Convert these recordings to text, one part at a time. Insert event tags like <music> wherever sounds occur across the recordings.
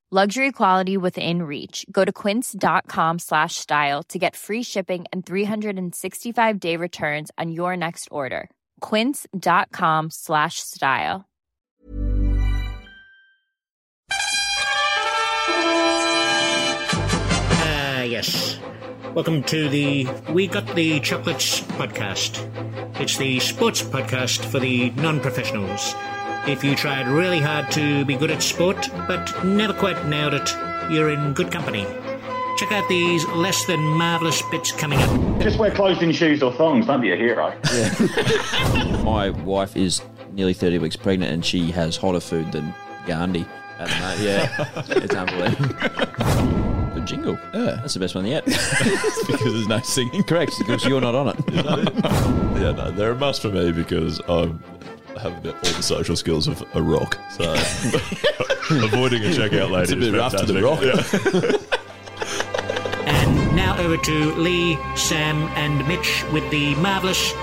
Luxury quality within reach. Go to quince.com slash style to get free shipping and 365 day returns on your next order. Quince.com slash style. Ah, yes. Welcome to the We Got the Chocolates podcast. It's the sports podcast for the non professionals. If you tried really hard to be good at sport but never quite nailed it, you're in good company. Check out these less than marvellous bits coming up. Just wear closed in shoes or thongs, don't be a hero. My wife is nearly 30 weeks pregnant and she has hotter food than Gandhi at the moment. Yeah, <laughs> it's unbelievable. Good jingle. Yeah. That's the best one <laughs> yet. <laughs> because there's no singing. Correct, because you're not on it. Yeah, no, they're a must for me because I have all the social skills of a rock. <laughs> So avoiding a checkout lady It's a bit is rough to fantastic. the rock. Yeah. And now over to Lee, Sam, and Mitch with the marvellous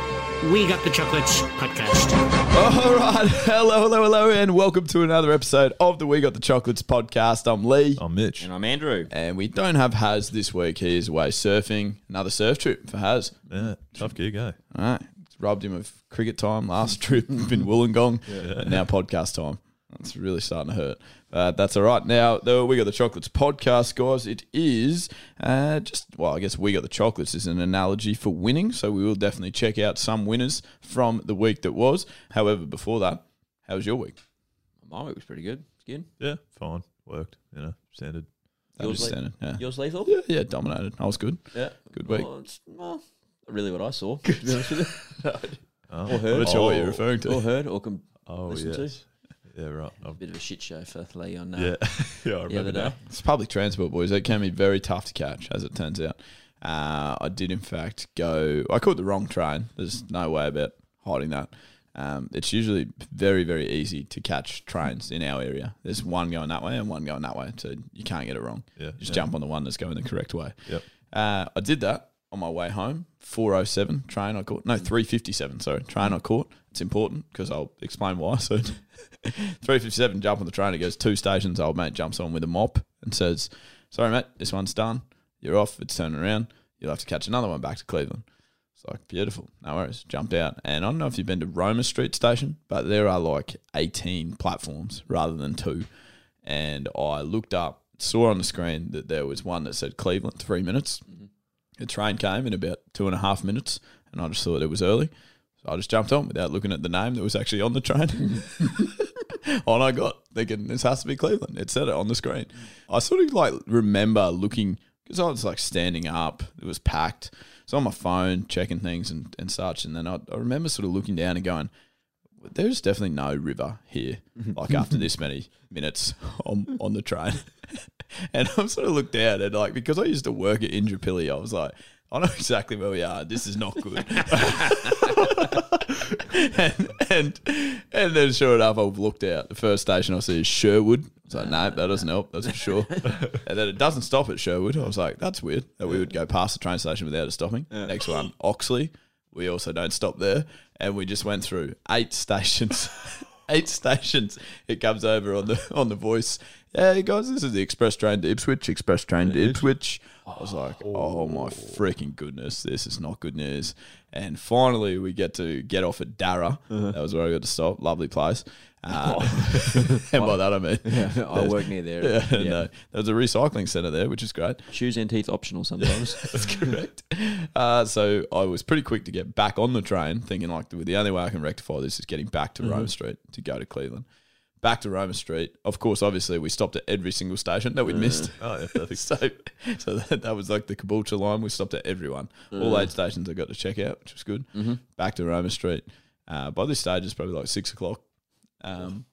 We Got the Chocolates podcast. All right, hello, hello, hello, and welcome to another episode of the We Got the Chocolates podcast. I'm Lee, Oh, Mitch. And <laughs> I'm Andrew. Uh, and we don't have Haz this week. He is away surfing. Another surf trip for Haz. Yeah, tough gig, eh? All right, robbed him of cricket time last <laughs> trip in Wollongong. and Now podcast time. That's really starting to hurt. Uh, that's all right. Now though, we got the chocolates podcast, guys. It is uh, just well, I guess we got the chocolates is an analogy for winning. So we will definitely check out some winners from the week that was. However, before that, how was your week? My week was pretty good. It's good. Yeah, fine. Worked, you know, standard. Yours le- standard, yeah. Yours lethal? Yeah, yeah, dominated. I was good. Yeah. Oh. Good week. Well, it's, well, not really what I saw, to be honest with <laughs> you. Oh, Or heard. I'm not sure what you're referring Or to. heard, or com- Oh, Listen to. yes. Yeah, right. i bit of a shit show for Lee on uh, yeah, <laughs> yeah, I the other remember day. now. It's public transport, boys. It can be very tough to catch, as it turns out. Uh, I did, in fact, go. I caught the wrong train. There's no way about hiding that. Um, it's usually very, very easy to catch trains in our area. There's one going that way and one going that way, so you can't get it wrong. Yeah, Just yeah. jump on the one that's going the correct way. Yep. Uh, I did that on my way home. 407 train I caught. No, 357, sorry. Train I caught. It's important because I'll explain why. <laughs> So 357 jump on the train. It goes two stations. Old mate jumps on with a mop and says, sorry, mate, this one's done. You're off. It's turning around. You'll have to catch another one back to Cleveland. It's like, beautiful. No worries. Jumped out. And I don't know if you've been to Roma Street Station, but there are like 18 platforms rather than two. And I looked up, saw on the screen that there was one that said Cleveland, three minutes. The train came in about two and a half minutes, and I just thought it was early. So I just jumped on without looking at the name that was actually on the train. <laughs> on I got, thinking this has to be Cleveland. It said it on the screen. I sort of like remember looking because I was like standing up. It was packed. So on my phone checking things and, and such, and then I, I remember sort of looking down and going, "There's definitely no river here." like after this many minutes on on the train, <laughs> and I'm sort of looked down and like because I used to work at Indrapilli, I was like. I know exactly where we are. This is not good. <laughs> and, and and then sure enough, I've looked out. The first station I see is Sherwood. It's like, no, that doesn't help. That's for sure. and then it doesn't stop at Sherwood. I was like, that's weird that we would go past the train station without it stopping. Next one, Oxley. We also don't stop there, and we just went through eight <laughs> stations. eight <laughs> stations. It comes over on the on the voice. Hey guys, this is the express train to Ipswich. Express train to Ipswich. I was like, oh my freaking goodness, this is not good news. And finally, we get to get off at Darra. That was where I got to stop. Lovely <laughs> place. Uh, and by that, I mean, I <laughs> work near there. yeah, no, there was a recycling centre there, which is great. Shoes and teeth optional <laughs> sometimes. That's correct. Uh, so I was pretty quick to get back on the train, thinking like the only way I can rectify this is getting back to Mm-hmm. Roma Street to go to Cleveland. Back to Roma Street. Of course, obviously, we stopped at every single station that we'd missed. <laughs> Oh, yeah, perfect. so, so that, that was like the Caboolture line. We stopped at everyone, all Mm. eight stations I got to check out, which was good. Mm-hmm. Back to Roma Street. Uh, by this stage, it's probably like six o'clock. Um,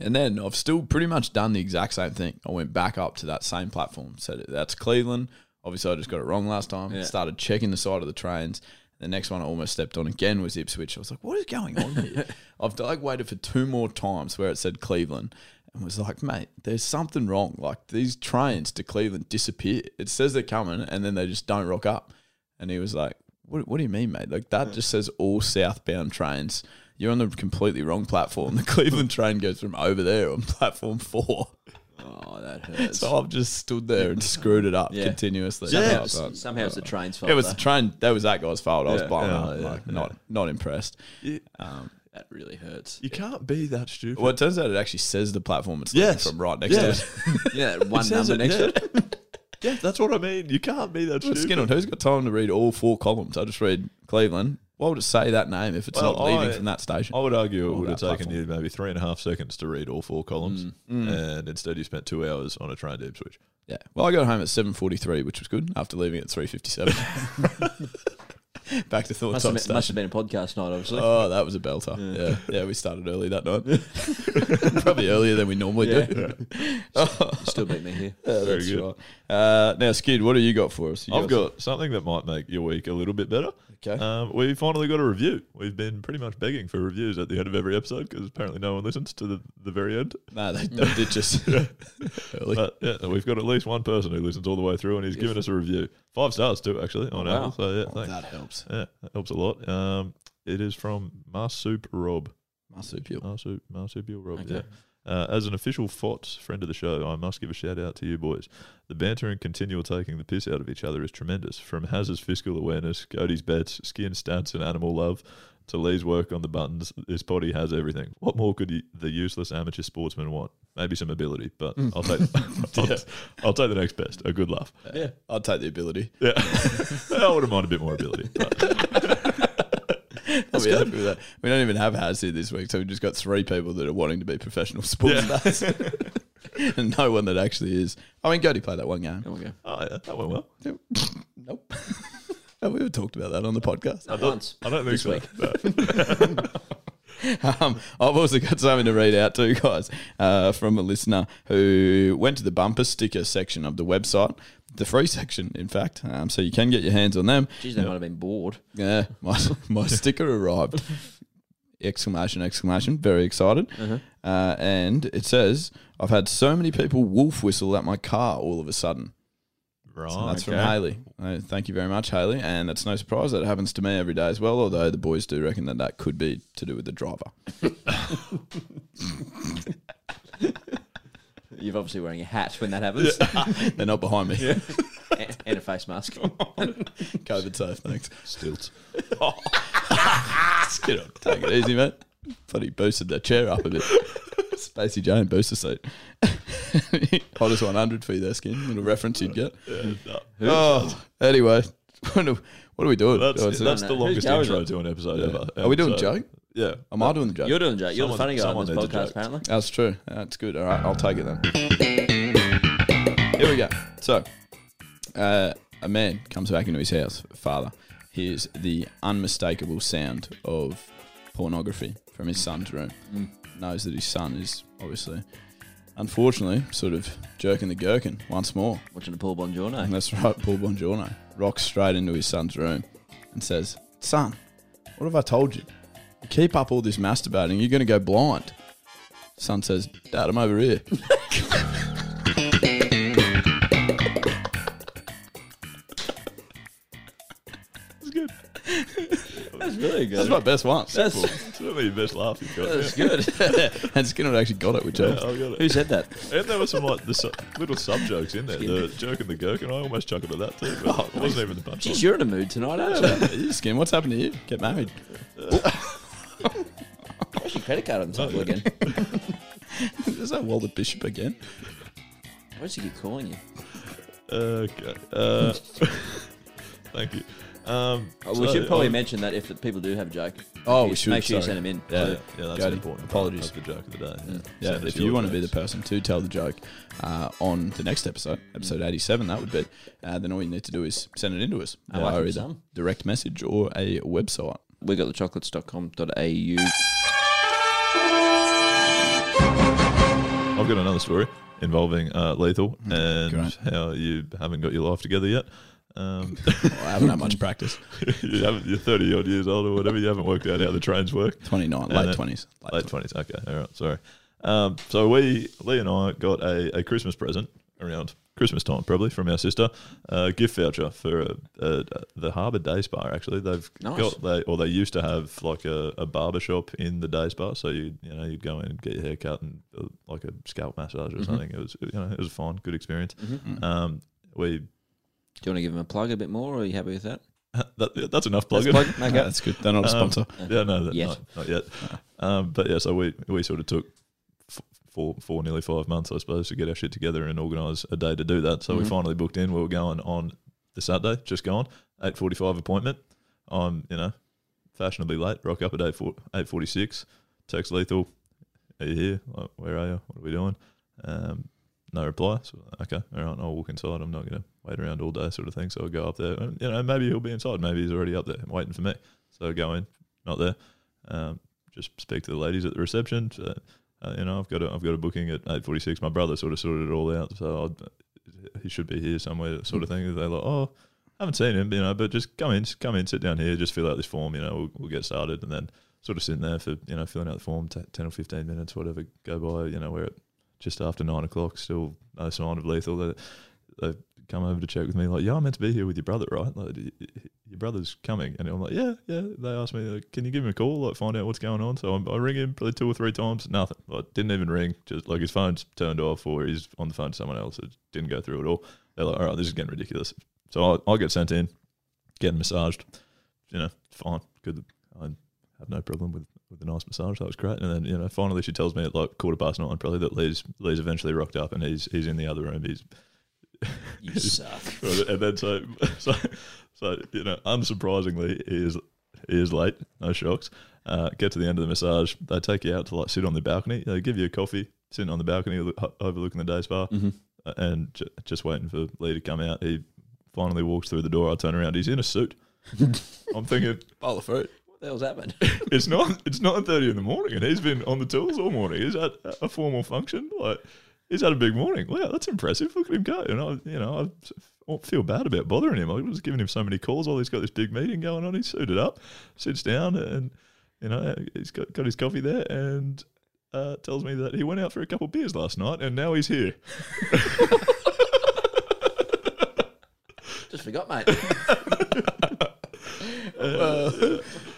and then I've still pretty much done the exact same thing. I went back up to that same platform. Said that's Cleveland. Obviously, I just got it wrong last time. Yeah. Started checking the side of the trains. The next one I almost stepped on again was Ipswich. I was like, "What is going on here?" I've like waited for two more times where it said Cleveland, and was like, "Mate, there's something wrong. Like these trains to Cleveland disappear. It says they're coming, and then they just don't rock up." And he was like, "What? What do you mean, mate? Like that just says all southbound trains. You're on the completely wrong platform. The <laughs> Cleveland train goes from over there on platform four. oh, <laughs> that hurts. So I've just stood there and screwed it up Yeah. continuously. Somehow, Somehow I've done. it's, somehow it's the train's fault. Oh. It was though. the train. That was that guy's fault. I was Yeah. blown Yeah, up. yeah, like, yeah. Not not impressed. uh, that really hurts. You can't be that stupid. Well, it turns out it actually says the platform it's leaving Yes. from right next to <laughs> Yeah. us. Yeah, that one says number <laughs> it, next to it. <laughs> Yeah, that's what I mean. You can't be that Well, stupid. Skin on who's got time to read all four columns? I just read Cleveland. Why would it say that name if it's Well, not leaving I- from that station? I would argue it Or would have that taken you maybe three and a half seconds to read all four columns, Mm, and instead you spent two hours on a train to Ipswich. Yeah. Well, I got home at seven forty three, which was good after leaving at three <laughs> fifty seven. Back to Thornton Must have, been, Station. must have been a podcast night, obviously. Oh, that was a belter. Yeah. Yeah, we started early that night. <laughs> Probably earlier than we normally do. <laughs> Still beat me <laughs> here. Yeah, that's good. right. Uh, now, Skid, what have you got for us? You I've got something that might make your week a little bit better. Okay. Um, we finally got a review. We've been pretty much begging for reviews at the end of every episode because apparently no one listens to the, the very end. No, they, they did just <laughs> <laughs> early. But yeah, we've got at least one person who listens all the way through and he's given us a review. Five stars too, actually, on Apple. So yeah, thanks. that helps. Yeah, that helps a lot. Um, it is from Marsup Rob. Marsupial. Marsup, marsupial Rob. Yeah. Uh, as an official FOTS friend of the show, I must give a shout out to you boys. The banter and continual taking the piss out of each other is tremendous. From Haz's fiscal awareness, Cody's bets, skin stats, and animal love, to Lee's work on the buttons, this potty has everything. What more could you, the useless amateur sportsman want? Maybe some ability, but Hmm. <laughs> I'll take I'll, I'll take the next best. A good laugh. Yeah, I'll take the ability. Yeah, <laughs> I wouldn't mind a bit more ability. But I'll be Oh, happy with that. We don't even have Haz here this week, so we've just got three people that are wanting to be professional sports stars. <laughs> and no one that actually is. I mean, Cody played that one game. There we go. oh, yeah, that went well. Nope. <laughs> Have we ever talked about that on the podcast? Once. I don't think This so. week. <laughs> No. Um, I've also got something to read out too, guys, uh, from a listener who went to the bumper sticker section of the website, the free section, in fact. Um, so you can get your hands on them. Jeez, they might have been bored. Yeah, <laughs> my, my sticker arrived. Exclamation, exclamation. Very excited. Uh, and it says, I've had so many people wolf whistle at my car all of a sudden. Right. So that's from Oh, okay. Haley. Uh, thank you very much, Haley. And that's no surprise. That happens to me every day as well, although the boys do reckon that that could be to do with the driver. <laughs> You're obviously wearing a hat when that happens They're not behind me. and, and <laughs> a face mask. <laughs> COVID safe, thanks. Stilts. Get on. Take it easy, mate. Bloody boosted that chair up a bit. Spacey Jane booster seat. <laughs> Hottest 100 for you there, Skin. Little reference you'd get. No. Oh, anyway, <laughs> what are what are we doing? That's, Oh, it's- that's no, the no. longest Who's intro going? to an episode ever. are we doing so- joke? Yeah. Am I doing the joke? You're doing Jake. You're the Someone- funny guy on this someone needs a podcast, joke. apparently. That's true. That's good. All right, I'll take it then. Here we go. So, uh, a man comes back into his house, father, hears the unmistakable sound of pornography from his son's room. Knows that his son is obviously, unfortunately, sort of jerking the gherkin once more. Watching the Paul Bongiorno. <laughs> And that's right, Paul Bongiorno rocks straight into his son's room and says, Son, what have I told you? You keep up all this masturbating, you're going to go blind. Son says, Dad, I'm over here. That's good. That's really good. That's my best one. That's- <laughs> Simple. Certainly your best laugh you've got. That's good. <laughs> and Skinner actually got it, which Yeah, I helps. got it. Who said that? And there were some like the su- little sub jokes in there, the jerk and the gherkin. I almost chuckled at that too, Oh, but it wasn't even the Geez, punchline. you're in a mood tonight, aren't you? You, Skin, what's happened to you? Get married. <laughs> Where's your credit Oh, card on the table again? Is that Walter Bishop again? Why does he keep calling <laughs> you? Okay. Uh, <laughs> thank you. Um, Oh, we so, should probably um, mention that if the people do have a joke. If Oh, we you- should, Make sure sorry. you send them in. yeah, So- yeah, that's Jody, an important. apologies. That's the joke of the day. Yeah. Yeah, Send us if you your want to be the jokes. person to tell the joke uh, on the next episode, episode 87, that would be, uh, then all you need to do is send it in to us I like via it, either son. direct message or a website. we got the chocolates.com.au. I've got another story involving uh, lethal Hmm, and great. how you haven't got your life together yet. Um, I haven't had much practice. <laughs> <laughs> you haven't, you're 30 odd years old or whatever. You haven't worked out how the trains work. 29, And late then- 20s. Late 20s. Okay. All right. Sorry. Um, so we, Lee and I, got a, a Christmas present around Christmas time, probably from our sister, a gift voucher for uh uh the Harbour Day Spa. Actually, they've Nice. got they or they used to have like a, a barber shop in the day spa. So you you know you'd go in and get your hair cut and uh, like a scalp massage or something. It was you know it was fine, good experience. Um, we Do you want to give him a plug a bit more, or are you happy with that? that, that's enough Let's plugging. plug- <laughs> No, okay. that's good. They're not a sponsor. Um, <laughs> yeah, no, that, Yet. Not, not yet. <laughs> Um, but yeah, so we, we sort of took f- four, four, nearly five months, I suppose, to get our shit together and organise a day to do that. So we finally booked in. We were going on the Saturday, just gone, eight forty five appointment. I'm you know fashionably late. Rock up at eight eight forty six. Text lethal. Are you here? Like, where are you? What are we doing? Um, no reply. So okay, all right. I'll walk inside. I'm not gonna wait around all day, sort of thing. So I'll go up there. And, you know, maybe he'll be inside. Maybe he's already up there waiting for me. So I go in, not there. Um, just speak to the ladies at the reception. So, uh, you know, I've got a, I've got a booking at eight forty six. My brother sort of sorted it all out, so I'd, he should be here somewhere, sort of thing. They're like, oh, haven't seen him, you know, but just come in, come in, sit down here, just fill out this form, you know, we'll, we'll get started, and then sort of sitting there for you know filling out the form, t- ten or fifteen minutes, whatever go by, you know, we're at just after nine o'clock, still no sign of lethal. They, they come over to check with me, like, yeah, I'm meant to be here with your brother, right? Like, y- y- your brother's coming, and I'm like, yeah, yeah. They asked me, like, can you give him a call, like, find out what's going on? So I'm, I ring him probably two or three times, nothing. Like, didn't even ring, just like his phone's turned off or he's on the phone to someone else. It didn't go through at all. They're like, all right, this is getting ridiculous. So I, I get sent in, get massaged, you know, fine, good. I have no problem with, with a nice massage. That was great. And then, you know, finally she tells me at like quarter past nine probably that Lee's Lee's eventually rocked up and he's he's in the other room. He's You <laughs> suck. Right, and then so, <laughs> so, so you know, unsurprisingly, he is he is late. No shocks. Uh, get to the end of the massage. They take you out to like sit on the balcony. They give you a coffee, sitting on the balcony lo- overlooking the day spa, uh, and ju- just waiting for Lee to come out. He finally walks through the door. I turn around. He's in a suit. I'm thinking Bowl of fruit. What the hell's <laughs> happened? it's not it's nine thirty in the morning, and he's been on the tools all morning. He's at a formal function. Like he's had a big morning. Wow, that's impressive. Look at him go. And I, you know, I f- feel bad about bothering him. I was giving him so many calls. While he's got this big meeting going on. He's suited up, sits down, and you know he's got got his coffee there, and uh, tells me that he went out for a couple beers last night, and now he's here. Just forgot, mate.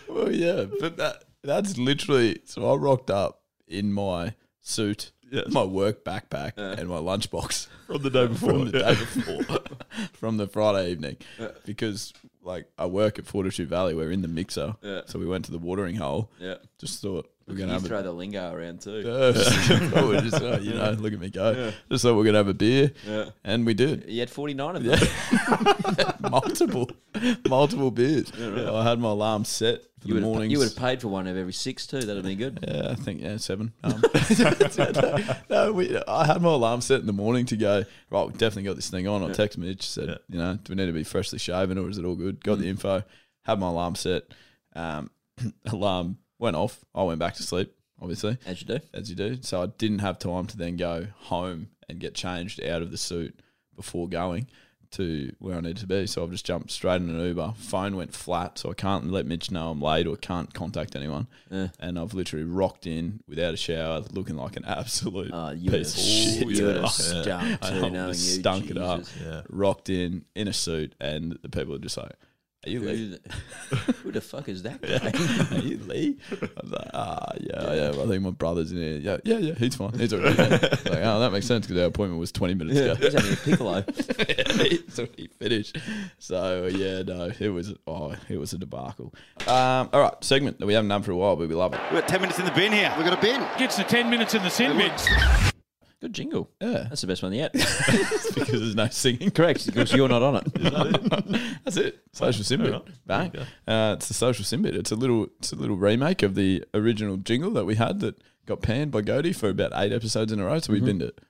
Well, yeah, but that that's literally. So I rocked up in my suit, Yes. my work backpack, and my lunchbox <laughs> <laughs> From the day before, from the Yeah. day before, <laughs> from the Friday evening, because like I work at Fortitude Valley, we're in the mixer, Yeah. so we went to the watering hole. <laughs> Yeah. Just thought we're You gonna have a <laughs> throw the lingo around too. Yes. Oh, we just, uh, you know, look at me <laughs> go. Just thought we're gonna have a beer, Yeah. and we did You had 49 of them. <laughs> multiple, multiple beers. I had my alarm set for You would, the have, mornings. you would have paid for one of every six too. That'd have been <laughs> good. Yeah, I think yeah, seven. Um, <laughs> no, we, I had my alarm set in the morning to go. Right, we definitely got this thing on. I text Mitch said, Yeah. you know, do we need to be freshly shaven or is it all good? Got the info. Had my alarm set. Um, <clears throat> alarm went off. I went back to sleep, obviously, As you do. as you do. So I didn't have time to then go home and get changed out of the suit before going to where I needed to be. So I've just jumped straight in an Uber. Phone went flat, so I can't let Mitch know I'm late or can't contact anyone. And I've literally rocked in without a shower, looking like an absolute Oh, you piece of shit. would have, you would Yeah. have <laughs> stunk I too, would've knowing you. stunk it up. Jesus. Yeah. Rocked in in a suit, and the people are just like, Are you Lee? Who, who the fuck is that guy? Are <laughs> you Lee? I was like, ah, yeah, yeah. I think my brother's in here. Yeah, yeah, yeah. He's fine. He's all right. <laughs> Like, oh, that makes sense because our appointment was 20 minutes ago. He's <laughs> <laughs> having a piccolo. it's already finished. So yeah, no, it was oh, it was a debacle. Um, all right, segment that we haven't done for a while, but we love it. We've got 10 minutes in the bin here. We've got a bin. Gets to 10 minutes in the sin bin. Good jingle. Yeah. That's the best one <laughs> yet. It's because there's no singing. Correct, because you're not on it. <laughs> That's it. Social Simbit. All right. Bang. Uh, it's the Social Simbit. It's a little it's a little remake of the original jingle that we had that got panned by Goody for about eight episodes in a row. So we binned it.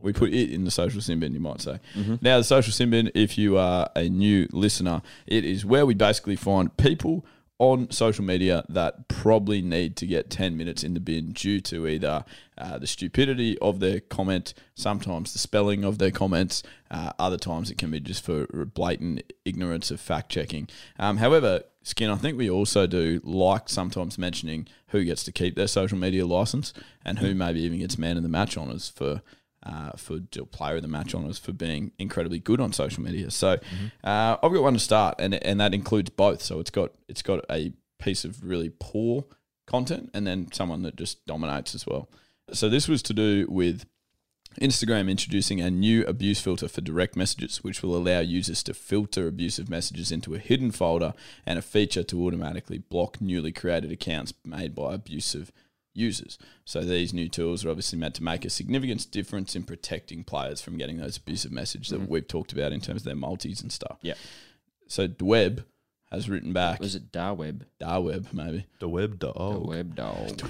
We put it in the social sin bin, you might say. Now, the social sin bin, if you are a new listener, it is where we basically find people on social media that probably need to get 10 minutes in the bin due to either uh, the stupidity of their comment, sometimes the spelling of their comments, uh, other times it can be just for blatant ignorance of fact checking. Um, however, Skin, I think we also do like sometimes mentioning who gets to keep their social media license and who maybe even gets man of the match honors for uh, for Jill Player of the Match Honours for being incredibly good on social media. So uh, I've got one to start, and and that includes both. So it's got it's got a piece of really poor content, and then someone that just dominates as well. So this was to do with Instagram introducing a new abuse filter for direct messages, which will allow users to filter abusive messages into a hidden folder and a feature to automatically block newly created accounts made by abusive users. So these new tools are obviously meant to make a significant difference in protecting players from getting those abusive messages Mm-hmm. that we've talked about in terms of their multis and stuff. Yep. So Dweb has written back, Was it Darweb? Darweb maybe, <laughs> The web dog. Darweb dog.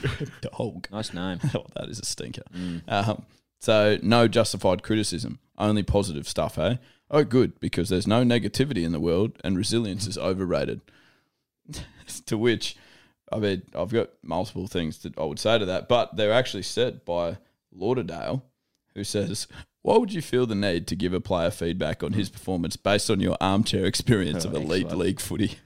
Dog. Nice name. <laughs> oh, that is a stinker. Um, so no justified criticism, only positive stuff, hey? Oh, good, because there's no negativity in the world and resilience is overrated. <laughs> to which, I mean, I've got multiple things that I would say to that, but they're actually said by Lauderdale, who says, why would you feel the need to give a player feedback on his performance based on your armchair experience of elite league footy?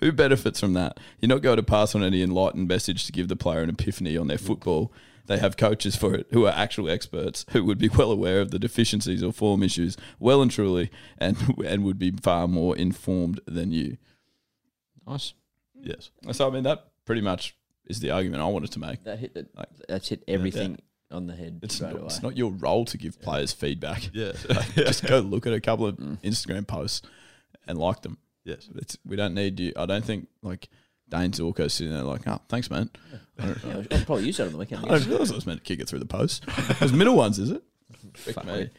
Who benefits from that? You're not going to pass on any enlightened message to give the player an epiphany on their football. They have coaches for it who are actual experts who would be well aware of the deficiencies or form issues well and truly and, and would be far more informed than you. Nice. Yes. So, I mean, that pretty much is the argument I wanted to make. That hit the, that's hit everything on the head It's, straight not, away. it's not your role to give players feedback. <laughs> Yeah. <laughs> Just go look at a couple of Instagram posts and like them. yes. It's, we don't need you. I don't think like Dane Zorko sitting there like, oh, thanks, man. I don't, Yeah, I'll probably use that on the weekend. <laughs> I didn't realize I was meant to kick it through the post. Those middle ones, is it? <laughs> Fuck me.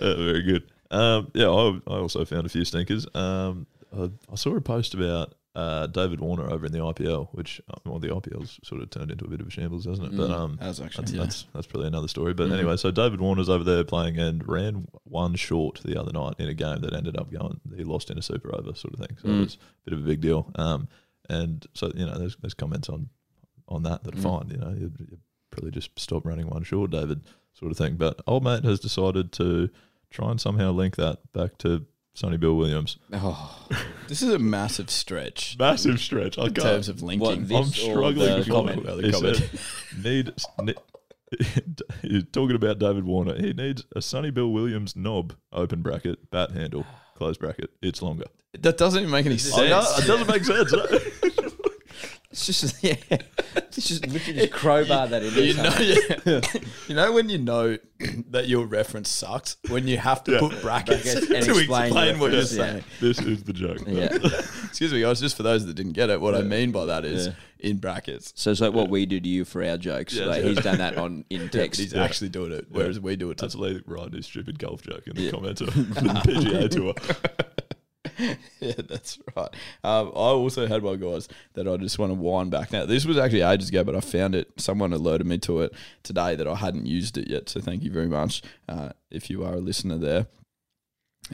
Uh, <laughs> very good. Um, yeah, I, I also found a few stinkers. Um, I, I saw a post about uh, David Warner over in the IPL, which uh, well, the IPL's sort of turned into a bit of a shambles, hasn't it? But um, Has Mm, actually, that's, yeah. Mm-hmm. that's that's probably another story. But anyway, so David Warner's over there playing and ran one short the other night in a game that ended up going. He lost in a super over sort of thing, so Mm. it was a bit of a big deal. Um, and so you know, there's there's comments on on that Mm. that are fine. You know, you, you probably just stop running one short, David, sort of thing. But old mate has decided to try and somehow link that back to Sonny Bill Williams. Oh. This is a massive stretch Massive stretch. I in terms can't. of linking. this I'm struggling. the to comment? follow. The He said, <laughs> need. ne- He's talking about David Warner. He needs a Sonny Bill Williams knob, open bracket, bat handle, close bracket. It's longer. that doesn't even make any sense. I know, <laughs> it doesn't make <laughs> sense. eh? It's just <laughs> yeah. It's just literally <laughs> just crowbar that in there. You know, yeah. <laughs> <laughs> you know when you know <clears throat> that your reference sucks when you have to put brackets, Brackets <laughs> to and explain, explain your what you're reference, yeah. saying. This is the joke. Yeah. <laughs> Excuse me, guys. Just for those that didn't get it, what I mean by that is Yeah. in brackets. So it's like what we do to you for our jokes. Yeah. like he's done that on <laughs> in But text. he's actually doing it, whereas we do it. To, That's Lee Ryan, his stupid golf joke in the comments of the PGA Tour. <laughs> yeah, that's right. Um, I also had one, guys, that I just want to wind back. Now, this was actually ages ago, but I found it. Someone alerted me to it today that I hadn't used it yet. So thank you very much. Uh, if you are a listener there,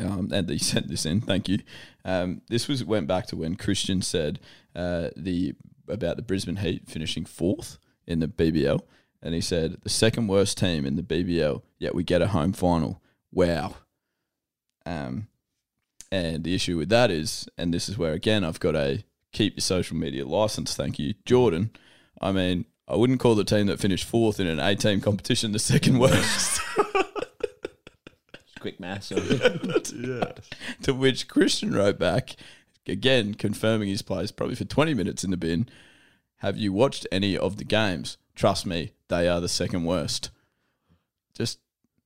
um, and they <laughs> sent this in. Thank you. Um, this was went back to when Christian said uh, the about the Brisbane Heat finishing fourth in the BBL, and he said the second worst team in the BBL, yet we get a home final. Wow. Um, and the issue with that is, and this is where again I've got a keep your social media license. Thank you, Jordan. I mean, I wouldn't call <laughs> the team that finished fourth in an A team competition the second worst. quick maths. <laughs> yeah. <laughs> To which Christian wrote back, again confirming his place, probably for 20 minutes in the bin. Have you watched any of the games? Trust me, they are the second worst. Just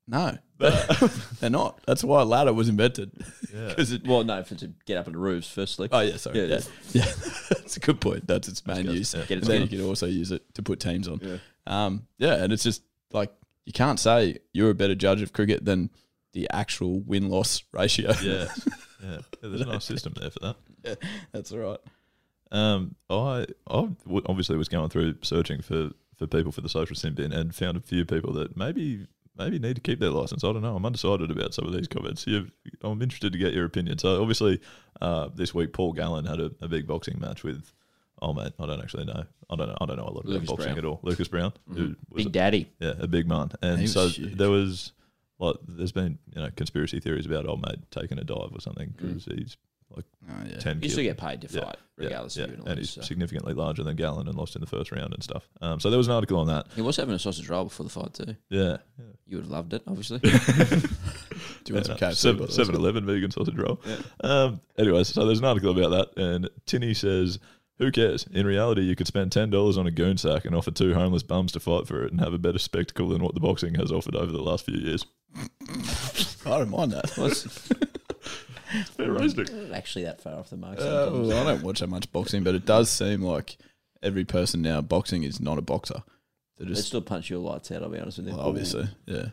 no, <laughs> they're not. That's why ladder was invented. <laughs> Because it. well, no, for to get up on the roofs firstly. Oh yeah, sorry. Yeah, Yeah, <laughs> yeah. That's a good point. That's its main use. Get it And then you together. can also use it to put teams on. Yeah. Um, yeah, and it's just like you can't say you're a better judge of cricket than the actual win loss ratio. <laughs> Yeah. Yeah. There's a nice system there for that. <laughs> That's all right. Um, I, I w- obviously was going through searching for, for people for the social sin bin and found a few people that maybe maybe need to keep their license. I don't know. I'm undecided about some of these comments. You've, I'm interested to get your opinion. So obviously, uh, this week Paul Gallen had a, a big boxing match with. Oh mate, I don't actually know. I don't know. I don't know a lot about Lucas boxing Brown. Mm-hmm. at all. Lucas Brown, who was Big Daddy. yeah, a big man. And He was so huge. there was like there's been you know conspiracy theories about old mate taking a dive or something because he's like Oh, yeah. ten. You still kilo- get paid Mm. to yeah, fight, regardless yeah, of you and he's so. significantly larger than Gallon and lost in the first round and stuff. Um, so there was an article on that. He was having a sausage roll before the fight too. Yeah, You would have loved it, <laughs> obviously. Do you want some KFC? by the way? 7 Eleven vegan sausage roll. Um, anyway, so there's an article about that, and Tinny says, Who cares? In reality, you could spend $10 on a goon sack and offer two homeless bums to fight for it and have a better spectacle than what the boxing has offered over the last few years. <laughs> I don't mind that. Well, <laughs> it's Fair Mm. roasting. <laughs> not actually that far off the mark. Uh, Well, I don't watch that much boxing, but it does seem like every person now boxing is not a boxer. They're They just still punch your lights out. I'll be honest with you. well, obviously, yeah.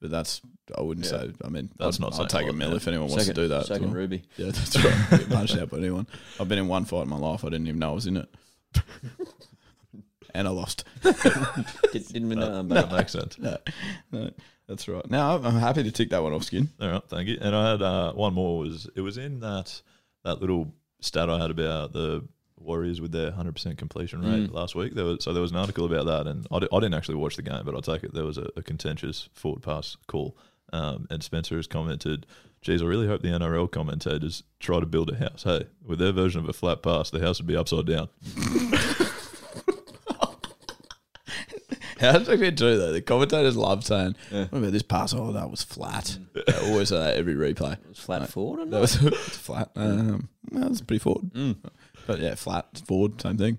But that's I wouldn't say. I mean, That's I'd, not I'll saying take a a lot, mill yeah. if anyone wants second, to do that. as Second well. <laughs> Ruby. Yeah, that's right. Get punched out by anyone. I've been in one fight in my life. I didn't even know I was in it, <laughs> and I lost. Did, didn't um, win that number. That makes sense. Uh, No, no, that's right. Now I'm I'm happy to tick that one off, skin. All right, thank you. And I had uh, one more. Was it was in that that little stat I had about the Warriors with their hundred percent completion rate last week. There was, so there was an article about that, and I, di- I didn't actually watch the game, but I take it there was a, a contentious forward pass call. Um, and Spencer has commented, "Geez, I really hope the NRL commentators try to build a house. Hey, with their version of a flat pass, the house would be upside down." How do they do that? The commentators love saying, "What about this pass? Oh, that was flat." They always say that every replay. It's Flat forward. Or That not? Mm. was it's <laughs> flat. Um, that was pretty forward. But yeah, flat, forward, same thing.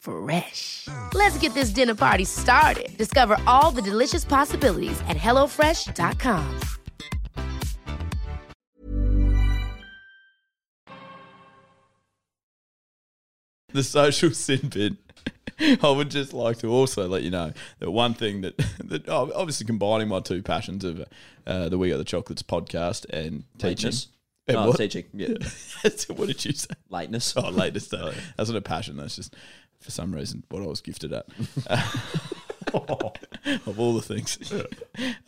Fresh. Let's get this dinner party started. Discover all the delicious possibilities at hellofresh.com. the social sin bin. <laughs> I would just like to also let you know that one thing that, <laughs> that oh, obviously combining my two passions of uh, the We Are the Chocolates podcast and teaching. Lateness. And Oh, what? teaching. <laughs> Yeah. So what did you say? Lateness. Oh, latest though. That's not a passion. That's just for some reason what I was gifted at. of all the things.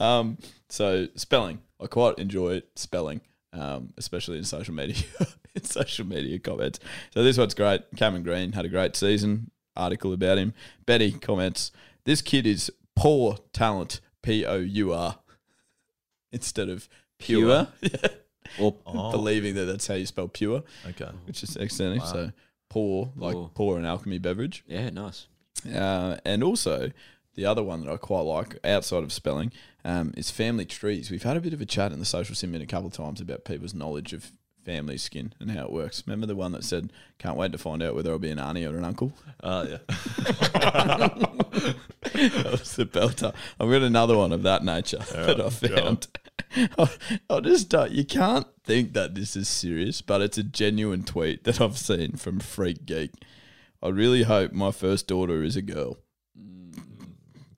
um, so spelling, I quite enjoy spelling, um, especially in social media, <laughs> in social media comments. So this one's great. Cameron Green had a great season. Article about him. Betty comments: This kid is poor talent. P O U R instead of pure. <laughs> Or Believing that that's how you spell pure, Oh. Okay, which is extending. So pour like Pour. pour an alchemy beverage. yeah, nice. Uh, and also, the other one that I quite like outside of spelling um, is family trees. We've had a bit of a chat in the social sim a couple of times about people's knowledge of family skin and how it works. Remember the one that said, "Can't wait to find out whether I'll be an auntie or an uncle." uh, yeah, that was the belter. I've got another one of that nature that I found. <laughs> I just don't. You can't think that this is serious, but it's a genuine tweet that I've seen from Freak Geek. I really hope my first daughter is a girl. Mm,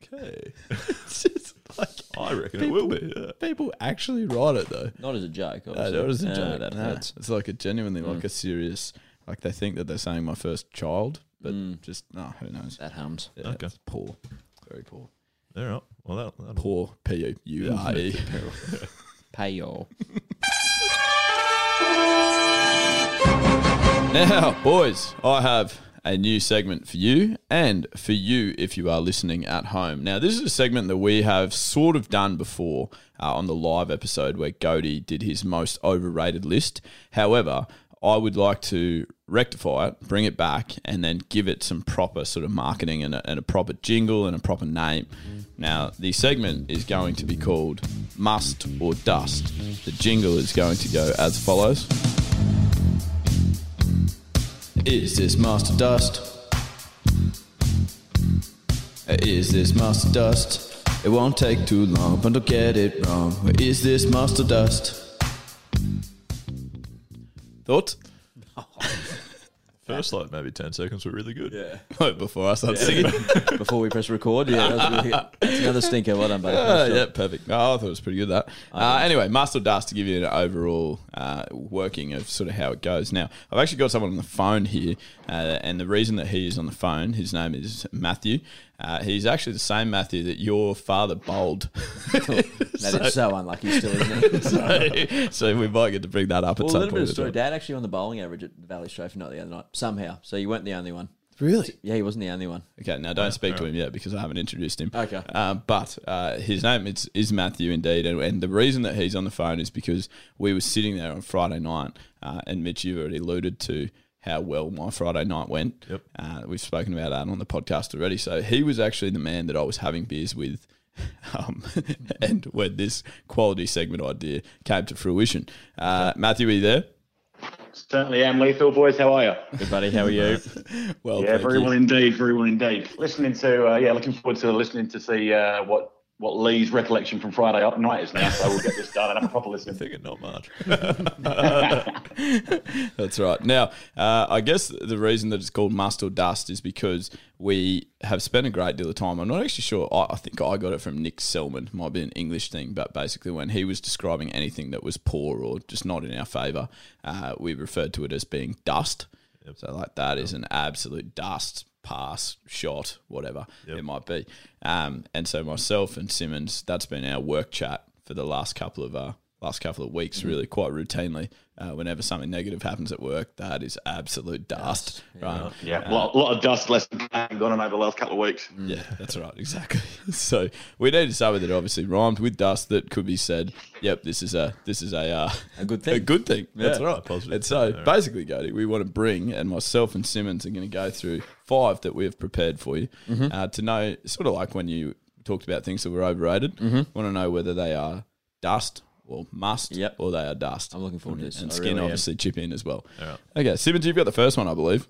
Okay. <laughs> it's just like I reckon it will people- People actually write it though. Not as a joke, No, obviously. that was a No, joke. that No, hurts. It's like a genuinely Mm. like a serious like they think that they're saying my first child, but just no, who knows? That harms. Yeah, Mm. Okay. it's poor, very poor, All right. Well, that, that'll poor P U U R E. Pay your. Now, boys, I have a new segment for you and for you if you are listening at home. Now, this is a segment that we have sort of done before uh, on the live episode where Goody did his most overrated list. However, I would like to rectify it, bring it back, and then give it some proper sort of marketing and a, and a proper jingle and a proper name. Now, the segment is going to be called Must or Dust. The jingle is going to go as follows. Is this Master Dust? Is this Master Dust? It won't take too long, but don't get it wrong. Is this Master Dust? Thoughts? <laughs> First, like maybe 10 seconds were really good. Yeah. Oh, <laughs> before I start singing. <laughs> Before we press record, yeah, that <laughs> was really good. That's another stinker. Well done, buddy. Oh, Nice job. yeah, perfect. No, I thought it was pretty good that. Uh, anyway, Master Dust to give you an overall uh, working of sort of how it goes. Now, I've actually got someone on the phone here, uh, and the reason that he is on the phone, his name is Matthew. Uh, he's actually the same Matthew that your father bowled. <laughs> That is so unlucky, still, isn't it? so, so we might get to bring that up at Well, a some little point. bit of as story. well. Dad actually on the bowling average at the Valley Trophy not the other night somehow. So you weren't the only one. Really? Yeah, he wasn't the only one. Okay, now don't speak to him yet because I haven't introduced him. Okay. Um, but uh, his name is, is Matthew indeed. And, and the reason that he's on the phone is because we were sitting there on Friday night, uh, and Mitch, you've already alluded to how well my Friday night went. Yep. Uh, we've spoken about that on the podcast already. So he was actually the man that I was having beers with. <laughs> Um, and when this quality segment idea came to fruition, uh, Matthew, are you there? Certainly am lethal, boys. How are you? Good buddy, how are you? <laughs> Well, Yeah, thank very you. well indeed. Very well indeed. Listening to, uh, yeah, looking forward to listening to see uh, what what Lee's recollection from Friday night is now. So we'll get this done and have a proper <laughs> listen. Thinking not much. <laughs> <laughs> That's right. Now, uh, I guess the reason that it's called Must or Dust is because we have spent a great deal of time. I'm not actually sure. I, I think I got it from Nick Selman. Might be an English thing, but basically, when he was describing anything that was poor or just not in our favour, uh, we referred to it as being dust. So, like, that is an absolute dust pass, shot, whatever it might be. Um, and so, myself and Simmons, that's been our work chat for the last couple of uh, last couple of weeks, really quite routinely. Uh, whenever something negative happens at work, that is absolute dust. Right? Yeah, a lot, lot of dust lesson plan gone on over the last couple of weeks. Mm. Yeah, that's right, exactly. <laughs> So we needed something that obviously rhymed with dust that could be said. Yep, this is a this is a uh, A <laughs> good a thing. good thing. That's Yeah, a right. positive and so thing, all right. basically, Cody, we want to bring and myself and Simmons are going to go through five that we have prepared for you Mm-hmm. uh, to know sort of like when you talked about things that were overrated. Mm-hmm. Want to know whether they are dust or must Yep. or they are dust. I'm looking forward to this. And I skin really am. obviously chip in as well. Okay, Simmons, you've got the first one, I believe.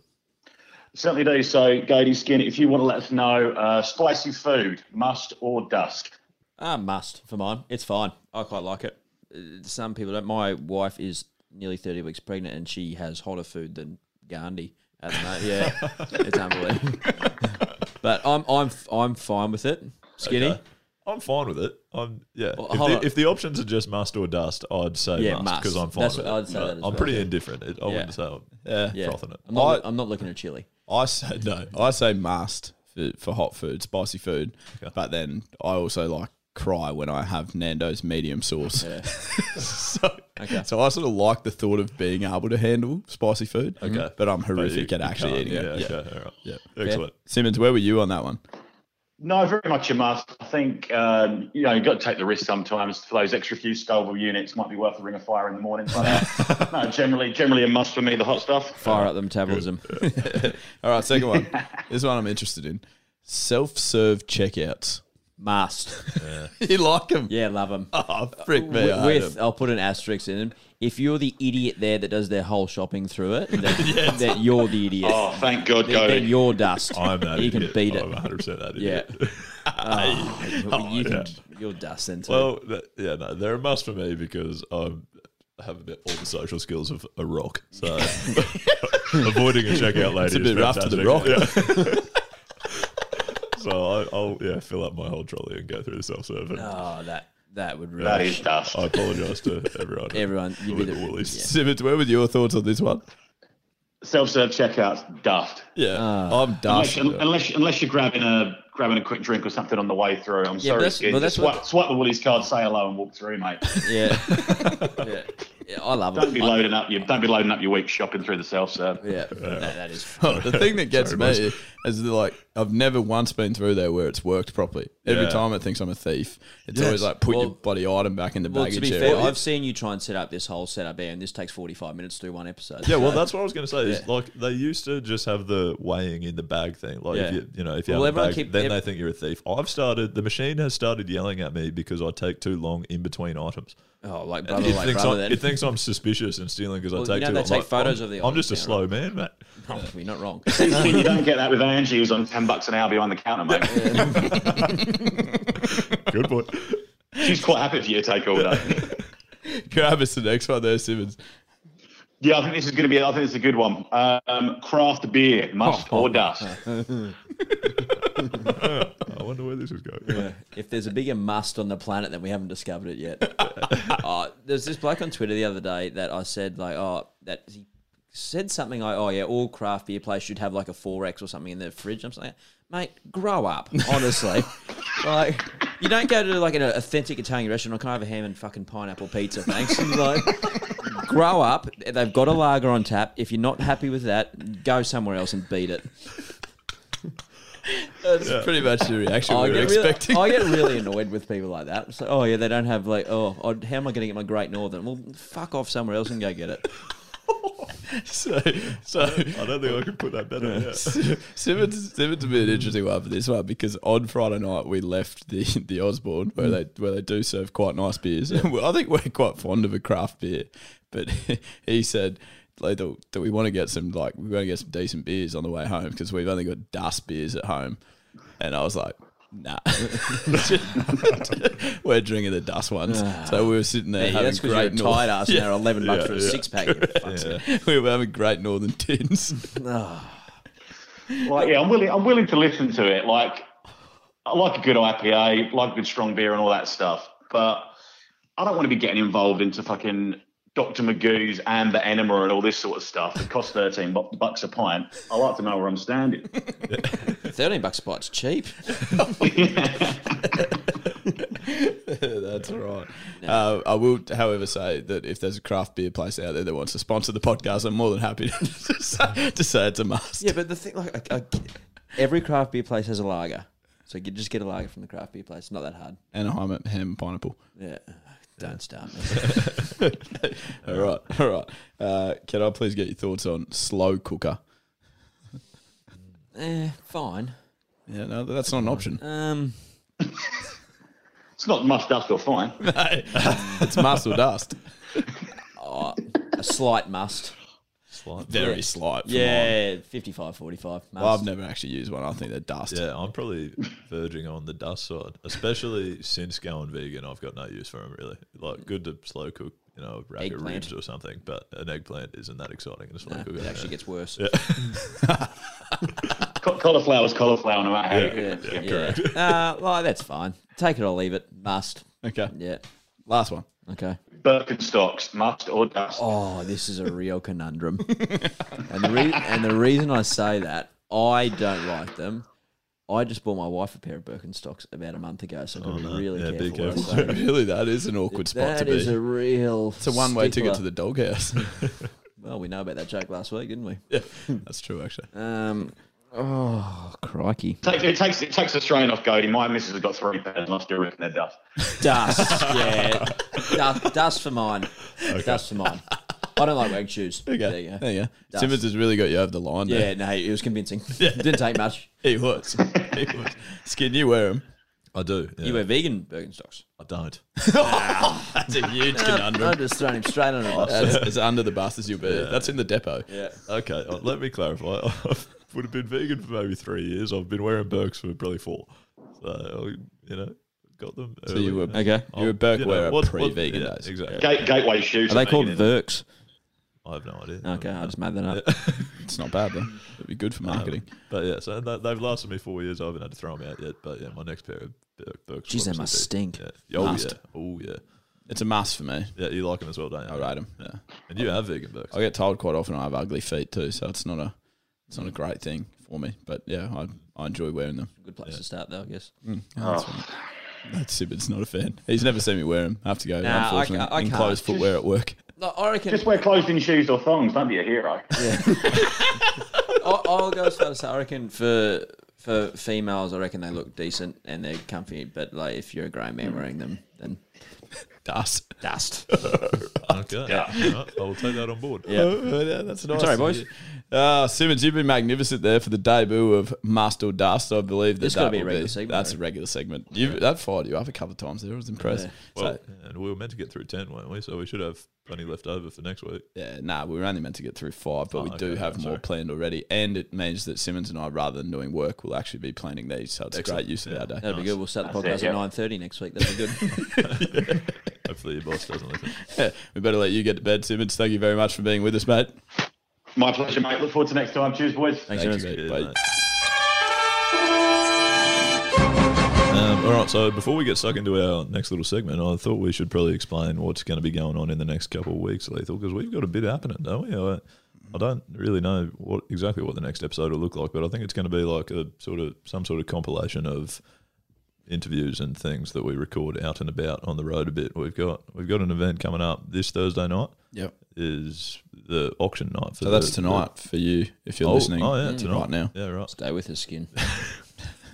Certainly do. So, Gady Skin, if you want to let us know, uh, spicy food, must or dust? Ah, must for mine. It's fine. I quite like it. Uh, Some people don't. My wife is nearly 30 weeks pregnant and she has hotter food than Gandhi at the moment. Yeah, it's unbelievable. But I'm, I'm, I'm fine with it. Skinny. Okay. I'm fine with it. I'm yeah. Well, if, hold the, on. if the options are just must or dust, I'd say Yeah, must because must. I'm fine That's with what it. I'd say But that as I'm well, pretty yeah. indifferent. It, I wouldn't say I'm Yeah. frothing it. I'm not, I- I'm not looking at chili. I say no. I say must for, for hot food, spicy food. But then I also like cry when I have Nando's medium sauce. <laughs> so, so I sort of like the thought of being able to handle spicy food. Okay. But I'm But you- horrific you at actually can't. eating yeah, it. Yeah. Okay, all right. yeah. Excellent. Simmons, where were you on that one? No, very much a must. I think um, you know you've got to take the risk sometimes. For those extra few Scoville units, might be worth a ring of fire in the morning. But uh, <laughs> no, generally, generally a must for me. The hot stuff. Fire up the metabolism. <laughs> All right, <laughs> second one. this one I'm interested in. Self serve checkouts. Must. <laughs> You like them? Yeah, love them. Oh, frick me. I Wi- hate with 'em. I'll put an asterisk in him. If you're the idiot there that does their whole shopping through it, <laughs> then, then you're the idiot. Oh, thank God, then, then Cody. <laughs> you're dust. I'm that. you can Oh, <laughs> idiot. beat it. <laughs> Ah, I'm 100 percent that. yeah. Idiot. Oh, you can, You're dusting too. Well, th- yeah, no, they're a must for me because I have about all the social skills of a rock. <laughs> So avoiding a checkout It's lady a is bit rough to the rock. fantastic. Yeah. <laughs> so I, I'll yeah fill up my whole trolley and go through the self serving. Ah. oh, that that would really. That is dust. I apologise to everyone. Everyone, you'd be With the all <laughs> these- Simmons, where were your thoughts on this one? Oh. Self-serve checkouts, daft. Yeah, I'm Unless, daft. unless unless you're grabbing a grabbing a quick drink or something on the way through, I'm sorry, that's- that's, kid. well, just that's swipe, what- swipe the Woolies card, say hello, and walk through, <laughs> mate. Yeah. <laughs> yeah. Yeah, I love Don't it. be I- loading up your don't be loading up your week shopping through the self-serve. yeah, no, that is. <laughs> the thing that gets me is that, like I've never once been through there where it's worked properly. Every Yeah. time it thinks I'm a thief, it's Yes. always like put Well- your bloody item back in the Well, baggage to be area. fair, I've seen you try and set up this whole setup here, and this takes 45 minutes to do one episode. Yeah, well, that's what I was going to say. Is Yeah. like they used to just have the weighing in the bag thing. Like Yeah. if you, you know, if you Well, have a everyone bag, keep- then ev- they think you're a thief. I've started. The machine has started yelling at me because I take too long in between items. Oh, like And brother, it, like thinks brother. I'm, then. it thinks I'm suspicious and stealing because Well, I take you know too they long. take Like, photos I'm, of the I'm just a items now, slow man, mate. Probably not <laughs> wrong. you don't get that with Angie, who's on ten bucks an hour behind the counter, mate. Good boy. <laughs> She's quite happy for you to take all <laughs> day. <laughs> grab us the next one there, Simmons. Yeah, I think this is going to be. I think it's a good one. Um, craft beer, must Oh, or <laughs> dust. I wonder where this is going. if there's a bigger must on the planet then we haven't discovered it yet. uh, there's this bloke on Twitter the other day that I said like, oh, that he said something like, oh yeah, all craft beer places should have like a four X or something in their fridge. I'm saying, mate, grow up, honestly. like, you don't go to like an authentic Italian restaurant. Can I have a ham and fucking pineapple pizza, thanks? <laughs> like. Grow up. They've got a lager on tap. If you're not happy with that, go somewhere else and beat it. That's pretty much the reaction we were get really- expecting. I get really annoyed with people like that. It's like, oh yeah, they don't have like, oh, I- how am I going to get my Great Northern? Well, fuck off somewhere else and go get it. <laughs> so, so I don't think I can put that better. yeah. Simmons, Simmons would be an interesting one for this one because on Friday night we left the the Osborne where Hmm. they where they do serve quite nice beers. Well, I think we're quite fond of a craft beer, but <laughs> he said like that that we want to get some like we want to get some decent beers on the way home because we've only got dust beers at home, and I was like. Nah, <laughs> we're drinking the dust ones. So we were sitting there Yeah, having that's because great you're a North- tired ass <laughs> and they're eleven bucks for a six pack. you fucks. we were having great northern tins. Like, yeah, I'm willing. I'm willing to listen to it. Like, I like a good IPA, like a good strong beer, and all that stuff. But I don't want to be getting involved into fucking Dr. Magoo's and the enema and all this sort of stuff. It costs thirteen bu- bucks a pint. I like to know where I'm standing. Thirteen bucks a pot's <laughs> cheap. <laughs> That's right. Uh, I will, however, say that if there's a craft beer place out there that wants to sponsor the podcast, I'm more than happy <laughs> to, say, to say it's a must. Yeah, but the thing, like, I, I, every craft beer place has a lager, so you just get a lager from the craft beer place. Not that hard. Anaheim at ham and pineapple. Yeah, don't start me. All right, all right. Uh, can I please get your thoughts on slow cooker? eh, fine. Yeah, no, that's not <laughs> an option. Um, It's not must dust or <laughs> fine. It's must or dust. a slight must. <laughs> Slight- Very slight. for mine. Yeah, 55, 45. Must. Well, I've never actually used one. I think they're dust. Yeah, I'm probably verging on the dust side, especially since going vegan. I've got no use for them really. Like, good to slow cook, you know, a rack of Eggplant. ribs or something, but an eggplant isn't that exciting in a slow No, cooker. it actually gets worse. Ca- cauliflower's cauliflower, no matter how you cook Yeah, it. yeah. <laughs> Uh, well, that's fine. Take it or leave it. Must. Okay. Yeah. Last one. Okay. Birkenstocks, must or dust. Oh, this is a real <laughs> conundrum. and the re- and the reason I say that, I don't like them. I just bought my wife a pair of Birkenstocks about a month ago, so I've Oh, got to be really Yeah, careful. what be I <laughs> careful. say. <laughs> really, that is an awkward spot That to is be. a real. it's a one way ticket to the doghouse. <laughs> Well, we know about that joke last week, didn't we? yeah, that's true, actually. Um. Oh crikey! Take- It takes it takes a strain off Goaty. My missus has got three pairs, and I still reckon they're dust. Dust. <laughs> yeah. Dust, dust for mine. Dust for mine. I don't like wearing shoes. Okay. There you go. There you go. Dust. Simmons has really got you over the line there. Yeah, no, it was convincing. <laughs> Didn't take much. <laughs> He was. He was. Skin, you wear him. I do. Yeah. You wear vegan Birkenstocks. I don't. That's a <laughs> huge I just thrown him straight on it. <laughs> That's as under the bus as you'll be. That's in the depot. Yeah. Okay, uh, let me clarify. <laughs> I would have been vegan for maybe three years. I've been wearing Birks for probably four. So, you know, got them. So you early. were- okay. I- you were Berk know, wearer what- pre-vegan what- yeah, days. Exactly. Gate- gateway shoes Are they called Verks? I have no idea. Okay, I just made that up. <laughs> It's not bad though. It'd be good for marketing. But yeah, so they- they've lasted me four years. I haven't had to throw them out yet. But yeah, my next pair of Berk, Berks. Jeez, will they must obviously stink. be- Yeah. Oh Must. yeah. Oh yeah. It's a must for me. Yeah, you like them as well, don't you? I rate them. Yeah. And you have vegan Berks. I get told quite often I have ugly feet too, so it's not a it's not a great thing for me. But yeah, I, I enjoy wearing them. Good place to start, though, I guess. Hmm. That's Sibbard's not a fan. He's never seen me wear them. I have to go. Nah, I ca- unfortunately, I can't. enclosed footwear at work. <laughs> I reckon Just wear closed-in shoes or thongs. Don't be a hero. I, I'll go as far as I reckon for for females, I reckon they look decent and they're comfy. But like, if you're a grey Hmm. man wearing them, then Dust. <laughs> dust. Okay. Yeah. I will take that on board. yeah, oh, that's nice. Sorry, boys. Uh, Simmons, you've been magnificent there for the debut of Must or Dust. I believe that This that gotta be will a regular segment, That's though. a regular segment. You that fired you up a couple of times there. I was impressed. Well, so, and we were meant to get through ten, weren't we? So we should have plenty left over for next week. yeah, nah, we were only meant to get through five, but Oh, we do okay, have I'm more sorry. planned already, and it means that Simmons and I, rather than doing work, will actually be planning these. So it's Excellent. great use of Yeah. our day. That'll be good. We'll start the That's podcast it, yeah. at nine thirty next week. That'll be <laughs> good. Hopefully your boss doesn't listen. Yeah, <laughs> we better let you get to bed, Simmons. Thank you very much for being with us, mate. My pleasure, mate. Look forward to next time. Cheers, boys. Thanks, Thank Simmons. you, mate. Yeah, Bye. mate. Um, all right, so before we get stuck into our next little segment, I thought we should probably explain what's going to be going on in the next couple of weeks, Lethal, because we've got a bit happening, don't we? I, I don't really know what exactly what the next episode will look like, but I think it's going to be like a sort of some sort of compilation of interviews and things that we record out and about on the road a bit. We've got we've got an event coming up this Thursday night. Yep. Is the auction night for So that's the- tonight for you, if you're Oh, listening. oh, yeah, tonight. right now. Yeah, right. Stay with us, skin.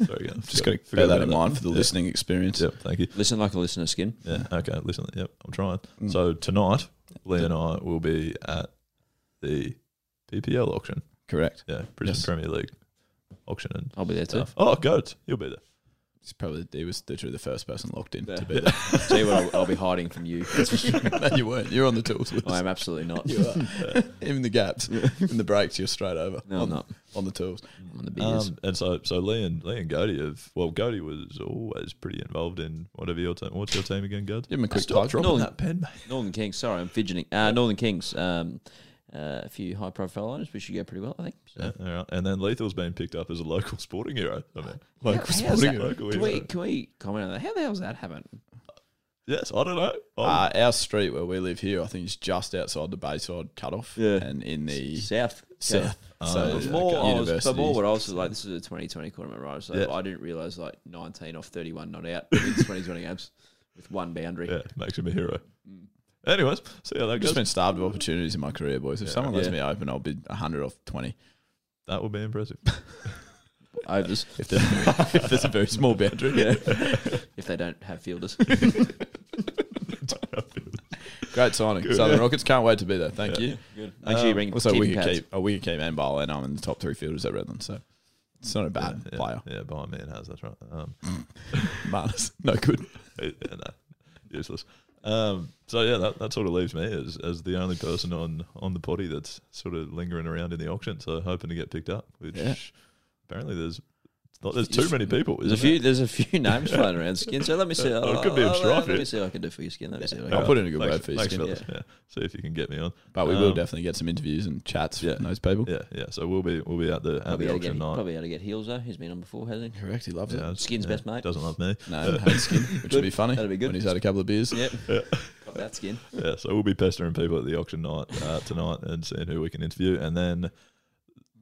Sorry, again. Just got to bear that in mind for the listening experience. Yep, thank you. Listen like a listener, skin. Yeah, okay, listen. Yep, I'm trying. Mm. So tonight, Lee and I will be at the PPL auction. Correct. Yeah, Brisbane Yes. Premier League auction and I'll be there too. stuff. Oh, goats, you'll be there. It's probably he was literally the first person locked in to be Tell you what, I'll, I'll be hiding from you. That's for sure. there. <laughs> no, you weren't. You're on the tools with I us. am absolutely not. <laughs> You are. in the gaps, in the breaks, you're straight over. No, I'm on, not. on the tools. I'm on the biggest. Um, and so, so Lee and Lee and Goaty have. Well, Goaty was always pretty involved in whatever your team. What's your team again, Goats? Give him a quick Stop tug. dropping Nolan. that pen, Northern Kings. Sorry, I'm fidgeting. Uh, Northern Kings. Um, uh, a few high-profile owners, we should go pretty well, I think. So. Yeah, all right. And then Lethal's been picked up as a local sporting hero. <laughs> I mean, How- local how's sporting that- hero. Can we, can we comment on that? How the hell's that happen? Yes, I don't know. Oh. I'm- Uh, our street where we live here, I think, is just outside the Bayside cutoff. Yeah. And in the South. south. so But more, I was, okay. but Universities. more what I was like, this is a 2020 quarter right? So Yeah. I didn't realise like 19 off 31 not out in 2020 games with one boundary. yeah, makes him a hero. Anyways, see how that I've goes. mm. just been starved of opportunities in my career, boys. If someone lets Yeah. me open, I'll be 100 off <laughs> 20. That would be impressive. <laughs> Overs If there's, if there's a very small boundary. if they don't have fielders. <laughs> Great signing. Southern Rockets can't wait to be there. Thank you. Make sure you bring Also, keep we your could cards. keep a wicket keep and bowl, and I'm in the top three fielders at Redland, so it's not a bad yeah, player. Yeah, behind me and has that's right. Um, <laughs> Marnus, <laughs> no good. yeah, no, useless. Um, so yeah, that, that sort of leaves me as, as the only person on on the potty that's sort of lingering around in the auction, so hoping to get picked up. Which Yeah. apparently there's not, there's too many people. There's a isn't few. There's a few names flying around skin. So let me see. Oh, it could be a I'll- I'll- striker. Let me see what I can do for your skin. Let me see. What I I'll can. put in a good Thanks- word for you, thanks, Skin. fellas. Yeah. See if you can get me on. <laughs> But we will Um, definitely get some interviews and chats yeah. from those people. Yeah, yeah. So we'll be we'll be at the at Probably the how to get auction night. probably how to get heels though. He's been on before, hasn't he? Correct, he loves Yeah, it. it's- Skin's best mate. Doesn't love me. No, <laughs> hates Skin, <laughs> which would be funny. That'd be good. When he's had a couple of beers. Yep. Got that skin. Yeah, so we'll be pestering people at the auction night uh, tonight and seeing who we can interview, and then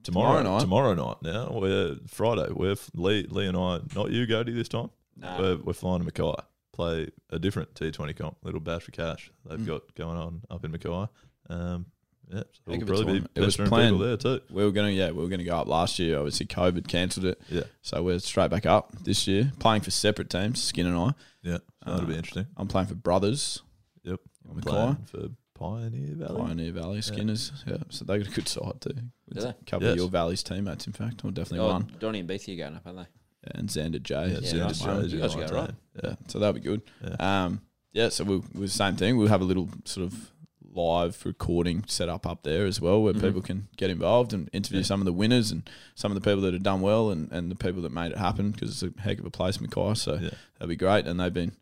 tomorrow, Tomorrow night. tomorrow night now we're Friday. We're f- Lee, Lee and I, not you, Goody this time. Nah. We're, we're flying to Mackay, play a different T20 comp, little bash for cash they've got going on up in Mackay. Um, yeah, so Hmm. Heck we'll of a probably be time. It was pestering planned. people there too. We were gonna, yeah, we were gonna go up last year. Obviously, COVID cancelled it. Yeah, So we're straight back up this year, playing for separate teams. Skin and I. yeah, so that'll be interesting. I'm playing for Brothers, Yep, I'm Ah. Mackay. playing for Pioneer Valley. Pioneer Valley Skinners. Yeah. so they got a good side too. With they? A couple Yes. of your Valley's teammates, in fact, or definitely Oh, one. Donny and Beathy are going up, aren't they? and Xander J. Yeah, Xander is the other J one. is the You guys other go one, right? Yeah, so that'll be good. Yeah. Um, yeah, so we'll, we'll same thing. We'll have a little sort of live recording setup up there as well, where Mhm. people can get involved and interview some of the winners and some of the people that have done well and, and the people that made it happen because it's a heck of a place, Mackay. So that'd be great. And they've been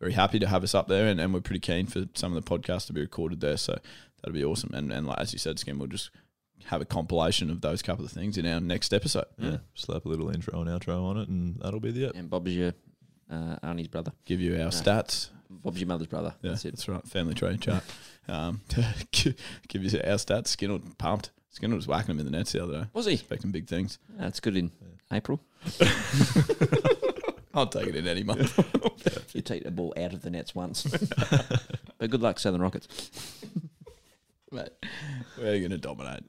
very happy to have us up there, and, and we're pretty keen for some of the podcasts to be recorded there. So that'd be awesome. And and like, as you said, Skim, we'll just have a compilation of those couple of things in our next episode. Yeah. Slap a little intro and outro on it, and that'll be the it. And Bob's your uh, Arnie's brother. Give you our No. stats. Bob's your mother's brother. Yeah, That's that's, it. right. Family tree <laughs> chart. Um, <laughs> give give you our stats. Skinner pumped. Skinner was whacking him in the nets the other day. Was he? expecting big things? That's good in April. I'll take it in any month. <laughs> <laughs> You take the ball out of the nets once. but good luck, Southern Rockets. Mate, we're going to dominate.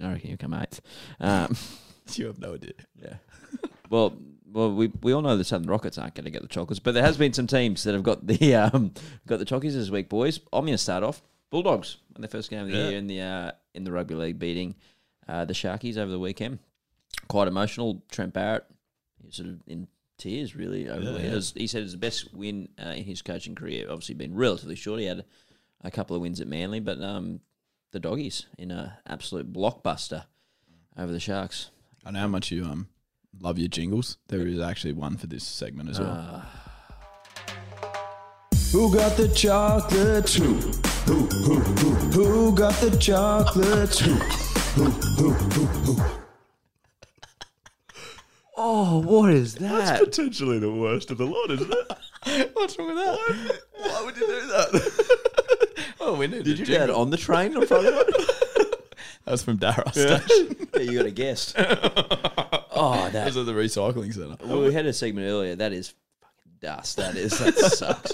I reckon you come eighth. Um, You have no idea. yeah. Well, well, we we all know the Southern Rockets aren't going to get the chocolates, but there has been some teams that have got the um, got the chockies this week, boys. I'm going to start off Bulldogs in their first game of the Yeah. year in the uh, in the rugby league, beating uh, the Sharkies over the weekend. Quite emotional. Trent Barrett, he was sort of in tears really over the Yeah, weekend. It yeah. was- he said it was the best win uh, in his coaching career. Obviously, been relatively short. He had a couple of wins at Manly, but um, the doggies in an absolute blockbuster over the Sharks. I know how much you um love your jingles. There is actually one for this segment as well. Ah. Who got the chocolate who? Who, who, who, who got the chocolate who? Who, who, who, who? Oh, what is that? Potentially the worst of the lot, isn't it? <laughs> What's wrong with that? Why would you do that? oh, we need Did you do that on the train on Friday night? That's from Dara <laughs> yeah, you got a guest. Oh, that. <laughs> Those are the recycling centre. Well, we had a segment earlier. That is fucking dust. That is. <laughs> That sucks.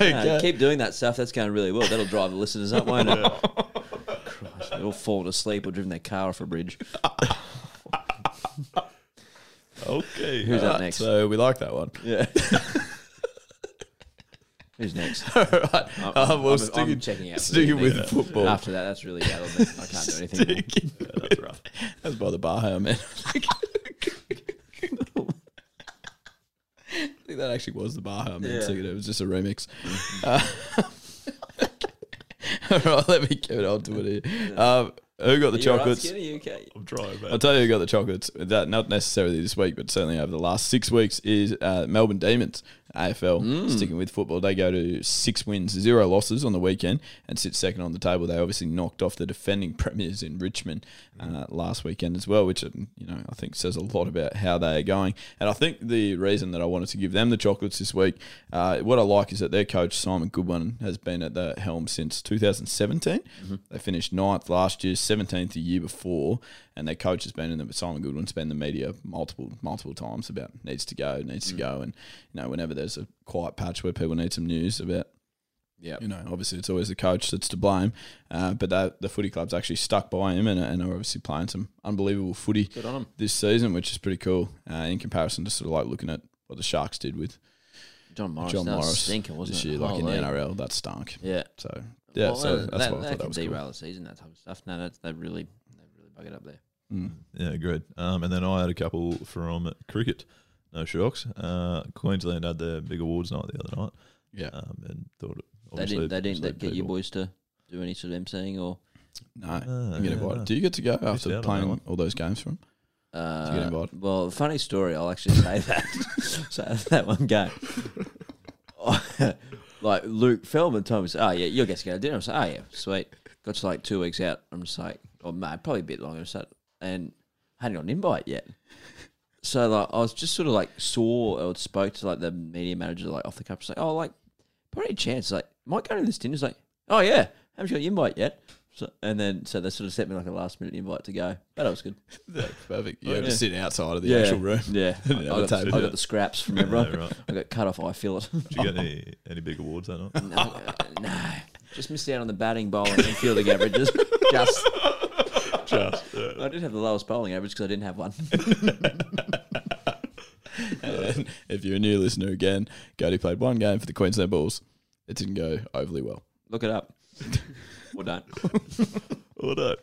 No, keep doing that stuff. That's going really well. That'll drive the listeners up, won't it? Christ, they'll fall asleep or driven their car off a bridge. Okay. Who's up next? So we like that one. <laughs> Yeah. Who's <laughs> next? All right. Uh, well, I'm- I'm sticking, checking out for sticking the with next- football. After that, that's really bad. I'll- I can't do <laughs> anything. more. Sticking That's rough. That's by the Baja, man. I think that actually was the Baja, man. So it was just a remix. Uh, <laughs> all right, let me get on to it here. Um, who got the You all right, chocolates? Skinner? You okay? I'm dry, I'll mate. tell you who got the chocolates. That not necessarily this week, but certainly over the last six weeks is uh, Melbourne Demons AFL. Sticking with football, they go to six wins, zero losses on the weekend, and sit second on the table. They obviously knocked off the defending <laughs> premiers in Richmond uh, last weekend as well, which um, you know I think says a lot about how they are going. And I think the reason that I wanted to give them the chocolates this week, uh, what I like is that their coach Simon Goodwin has been at the helm since 2017. They finished ninth last year, 17th the year before, and their coach has been in the Simon Goodwin's been in the media multiple multiple times about needs to go, needs to go, and you know whenever there's a quiet patch where people need some news about Yeah. you know, obviously it's always the coach that's to blame, uh, but that, the footy club's actually stuck by him and, and are obviously playing some unbelievable footy this season, which is pretty cool uh, in comparison to sort of like looking at what the Sharks did with John Morris. John that was Morris stinking, wasn't this it? year, like in the Holy. NRL, that stunk. Yeah. So yeah, Well, so that, that's that, why I that thought can that was derail cool. a season, that type of stuff. No, that's, they really, they really bug it up there. Mm. Yeah, agreed. Um, and then I had a couple from cricket. No shocks. Uh, Queensland had their big awards night the other night. Yeah. Um, and thought it- They obviously didn't, they didn't obviously get you people- boys to do any sort of emceeing or. No, Ah, you get yeah, invited. no. Do you get to go out on after that playing one. all those games <laughs> for 'em? Uh, you get invited? Well, funny story. I'll actually say that. <laughs> say that one game. <laughs> like Luke Feldman told me, "Oh yeah, you'll get to go to dinner." I was like, "Oh yeah, sweet." Got to like two weeks out. I'm just like, "Oh man, probably a bit longer." So, and I hadn't got an invite yet. <laughs> So like, I was just sort of like saw or spoke to like the media manager like off the cuff. She's like, "Oh, like, probably a chance." Like, might go to this dinner. He's like, "Oh yeah, haven't you got your invite yet?" So, and then so they sort of sent me like a last minute invite to go, but it was good. Yeah, perfect. You have to sit outside of the Yeah. actual room. Yeah, I, Yeah, I got, that's it. I got the scraps from everyone. Yeah, right. I got cut off eye <laughs> fillet. <laughs> Did you get any, any big awards that night? no, no. just missed out on the batting, bowling, and fielding averages. Just, Just. Uh, I did have the lowest bowling average because I didn't have one. <laughs> <laughs> And if you're a new listener again, Cody played one game for the Queensland Bulls. <laughs> It didn't go overly well. Look it up. Or don't. well done.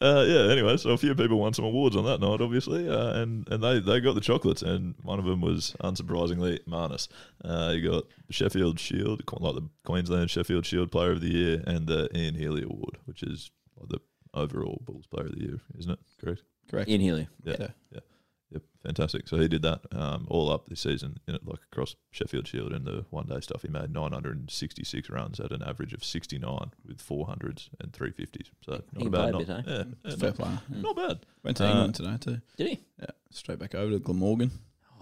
Uh, yeah. Anyway, so a few people won some awards on that night, obviously, uh, and and they, they got the chocolates, and one of them was unsurprisingly Marnus. Uh, he got Sheffield Shield, qu- like the Queensland Sheffield Shield Player of the Year, and the Ian Healy Award, which is like the overall Bulls Player of the Year, isn't it? Correct. Correct. Ian Healy. Yeah. Yeah. Yeah. yeah. Yep, fantastic. So he did that um, all up this season, you know, like across Sheffield Shield and the one day stuff. He made 966 runs at an average of 69 with 400s and 350s. So not He a can bad. play a not, bit, eh? yeah, yeah, Fair not- play. Mm. <laughs> Not bad. Went to Uh, England today too. Did he? Yeah. Straight back over to Glamorgan.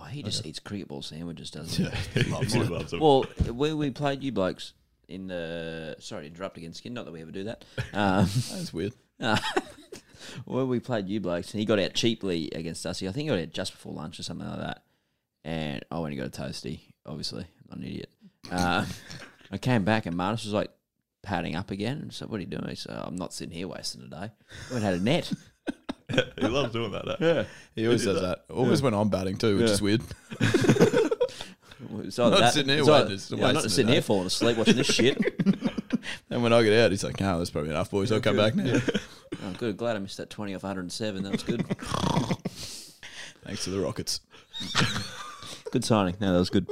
Oh, he just eats cricket ball sandwiches, doesn't he? Loves He it. loves it. Well, we, we played you blokes in the. Sorry to interrupt again, Skin. Not that we ever do <laughs> that. Um, That's weird. well, we played you blokes, and he got out cheaply against us. I think he got out just before lunch or something like that. And I went and got a toasty, obviously. I'm an idiot. <laughs> Uh, I came back, and Marnus was like padding up again. So, what are you doing? So, I'm not sitting here wasting a day. I went and had a <laughs> net. he loves doing that. eh? Yeah. He always did does that. that. Always when I'm batting too, which Yeah. is weird. It's either Not that- sitting here it's either- wasting- yeah, I'm wasting not a sitting here day. falling asleep watching this shit. <laughs> And when I get out, he's like, "No, that's probably enough, boys. I'll come back now." Oh, good. Glad I missed that 20 off 107. That was good. <laughs> Thanks to the Rockets. <laughs> good signing. No, that was good.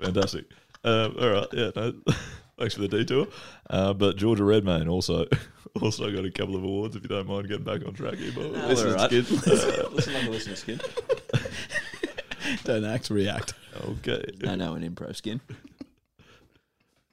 Fantastic. Um, all right, yeah. No, <laughs> thanks for the detour. Uh, but Georgia Redmayne also <laughs> also got a couple of awards. If you don't mind getting back on track here, but Listen, listen, all right. it's good. <laughs> Uh, Listen like a listener, Skin. <laughs> Don't act, react. okay, No, no, an improv Skin.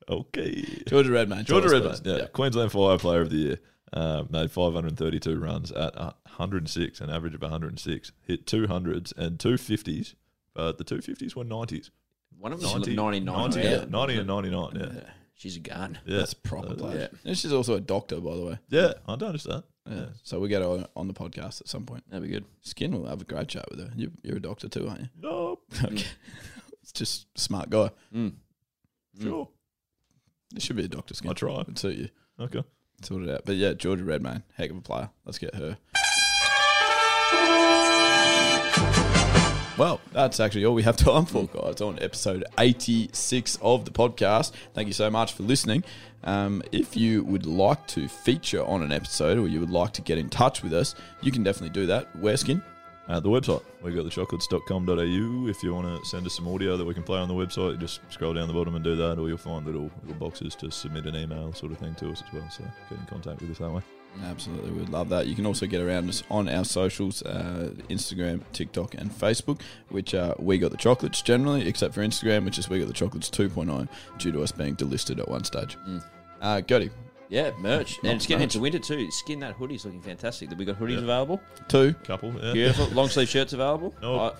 okay. Georgia Redman. Georgia tell us, Redmayne, please. yeah, Queensland Fire Player of the Year. Uh, made 532 runs at 106, an average of 106. Hit 200s and 250s, but the 250s were 90s. One of them 90, 99. 90, right? yeah, 90 and 99, yeah. yeah. She's a gun. That's proper Yeah. Uh, play. And she's also a doctor, by the way. Yeah, I don't understand. Yeah. So we get her on- on the podcast at some point. That'd be good. Skin will have a great chat with her. You- You're a doctor too, aren't you? Nope. Mm. <laughs> Okay. it's just smart guy. Sure. It should be a doctor skin. I try. Would suit you. Okay. Sort it out. But yeah, Georgia Redman, heck of a player. Let's get her. Well, that's actually all we have <laughs> time for, guys, on episode 86 of the podcast. Thank you so much for listening. Um, if you would like to feature on an episode or you would like to get in touch with us, you can definitely do that. Where skin? Uh, the website, we've got thechocolates.com.au. If you want to send us some audio that we can play on the website, you just scroll down the bottom and do that, or you'll find little, little boxes to submit an email sort of thing to us as well. So get in contact with us that way. Absolutely, we'd love that. You can also get around us on our socials, uh, Instagram, TikTok, and Facebook, which are We Got the Chocolates generally, except for Instagram, which is We Got the Chocolates 2.0, due to us being delisted at one stage. Mm. Uh, Gertie, Yeah, merch. Not and it's getting merch. into winter too. Skin that hoodie's looking fantastic. We got hoodies <laughs> available. two. Couple, yeah. Beautiful. long sleeve shirts available. No. I-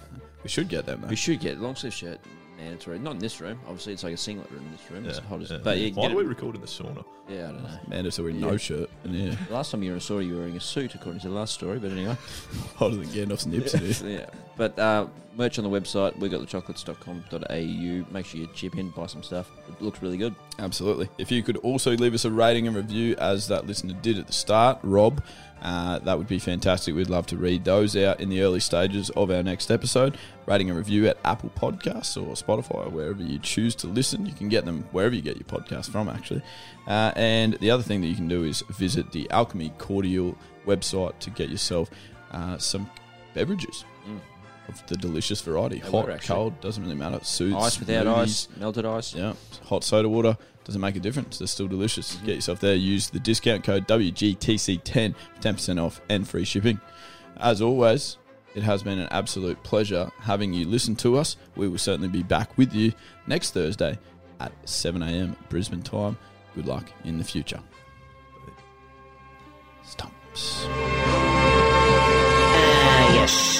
We should get them though. we should get a long sleeve shirt mandatory. Not in this room. Obviously, it's like a singlet room in this room. It's Yeah, hot as. yeah. But yeah, Why get do we it- record in the sauna? yeah, I don't know. Man, so we're no shirt in here, Last time you were in a story, you were wearing a suit, according to the last story. But <laughs> anyway, <laughs> hotter than Gandalf's nips in here. yeah. But uh, merch on the website, we got thechocolates.com.au. Make sure you chip in, buy some stuff. It looks really good. Absolutely. If you could also leave us a rating and review, as that listener did at the start, Rob, uh, that would be fantastic. We'd love to read those out in the early stages of our next episode. Rating and review at Apple Podcasts or Spotify, or wherever you choose to listen. You can get them wherever you get your podcast from, actually. Uh, and the other thing that you can do is visit the Alchemy Cordial website to get yourself uh, some beverages. Of the delicious variety, were hot, Mm. actually. cold, doesn't really matter. Suits, Ice without smoothies. ice, melted ice. Yeah, hot soda water doesn't make a difference. They're still delicious. Get yourself there. Use the discount code WGTC10 for 10% off and free shipping. As always, it has been an absolute pleasure having you listen to us. We will certainly be back with you next Thursday at 7 a.m. Brisbane time. Good luck in the future. Stumps. Ah, yes.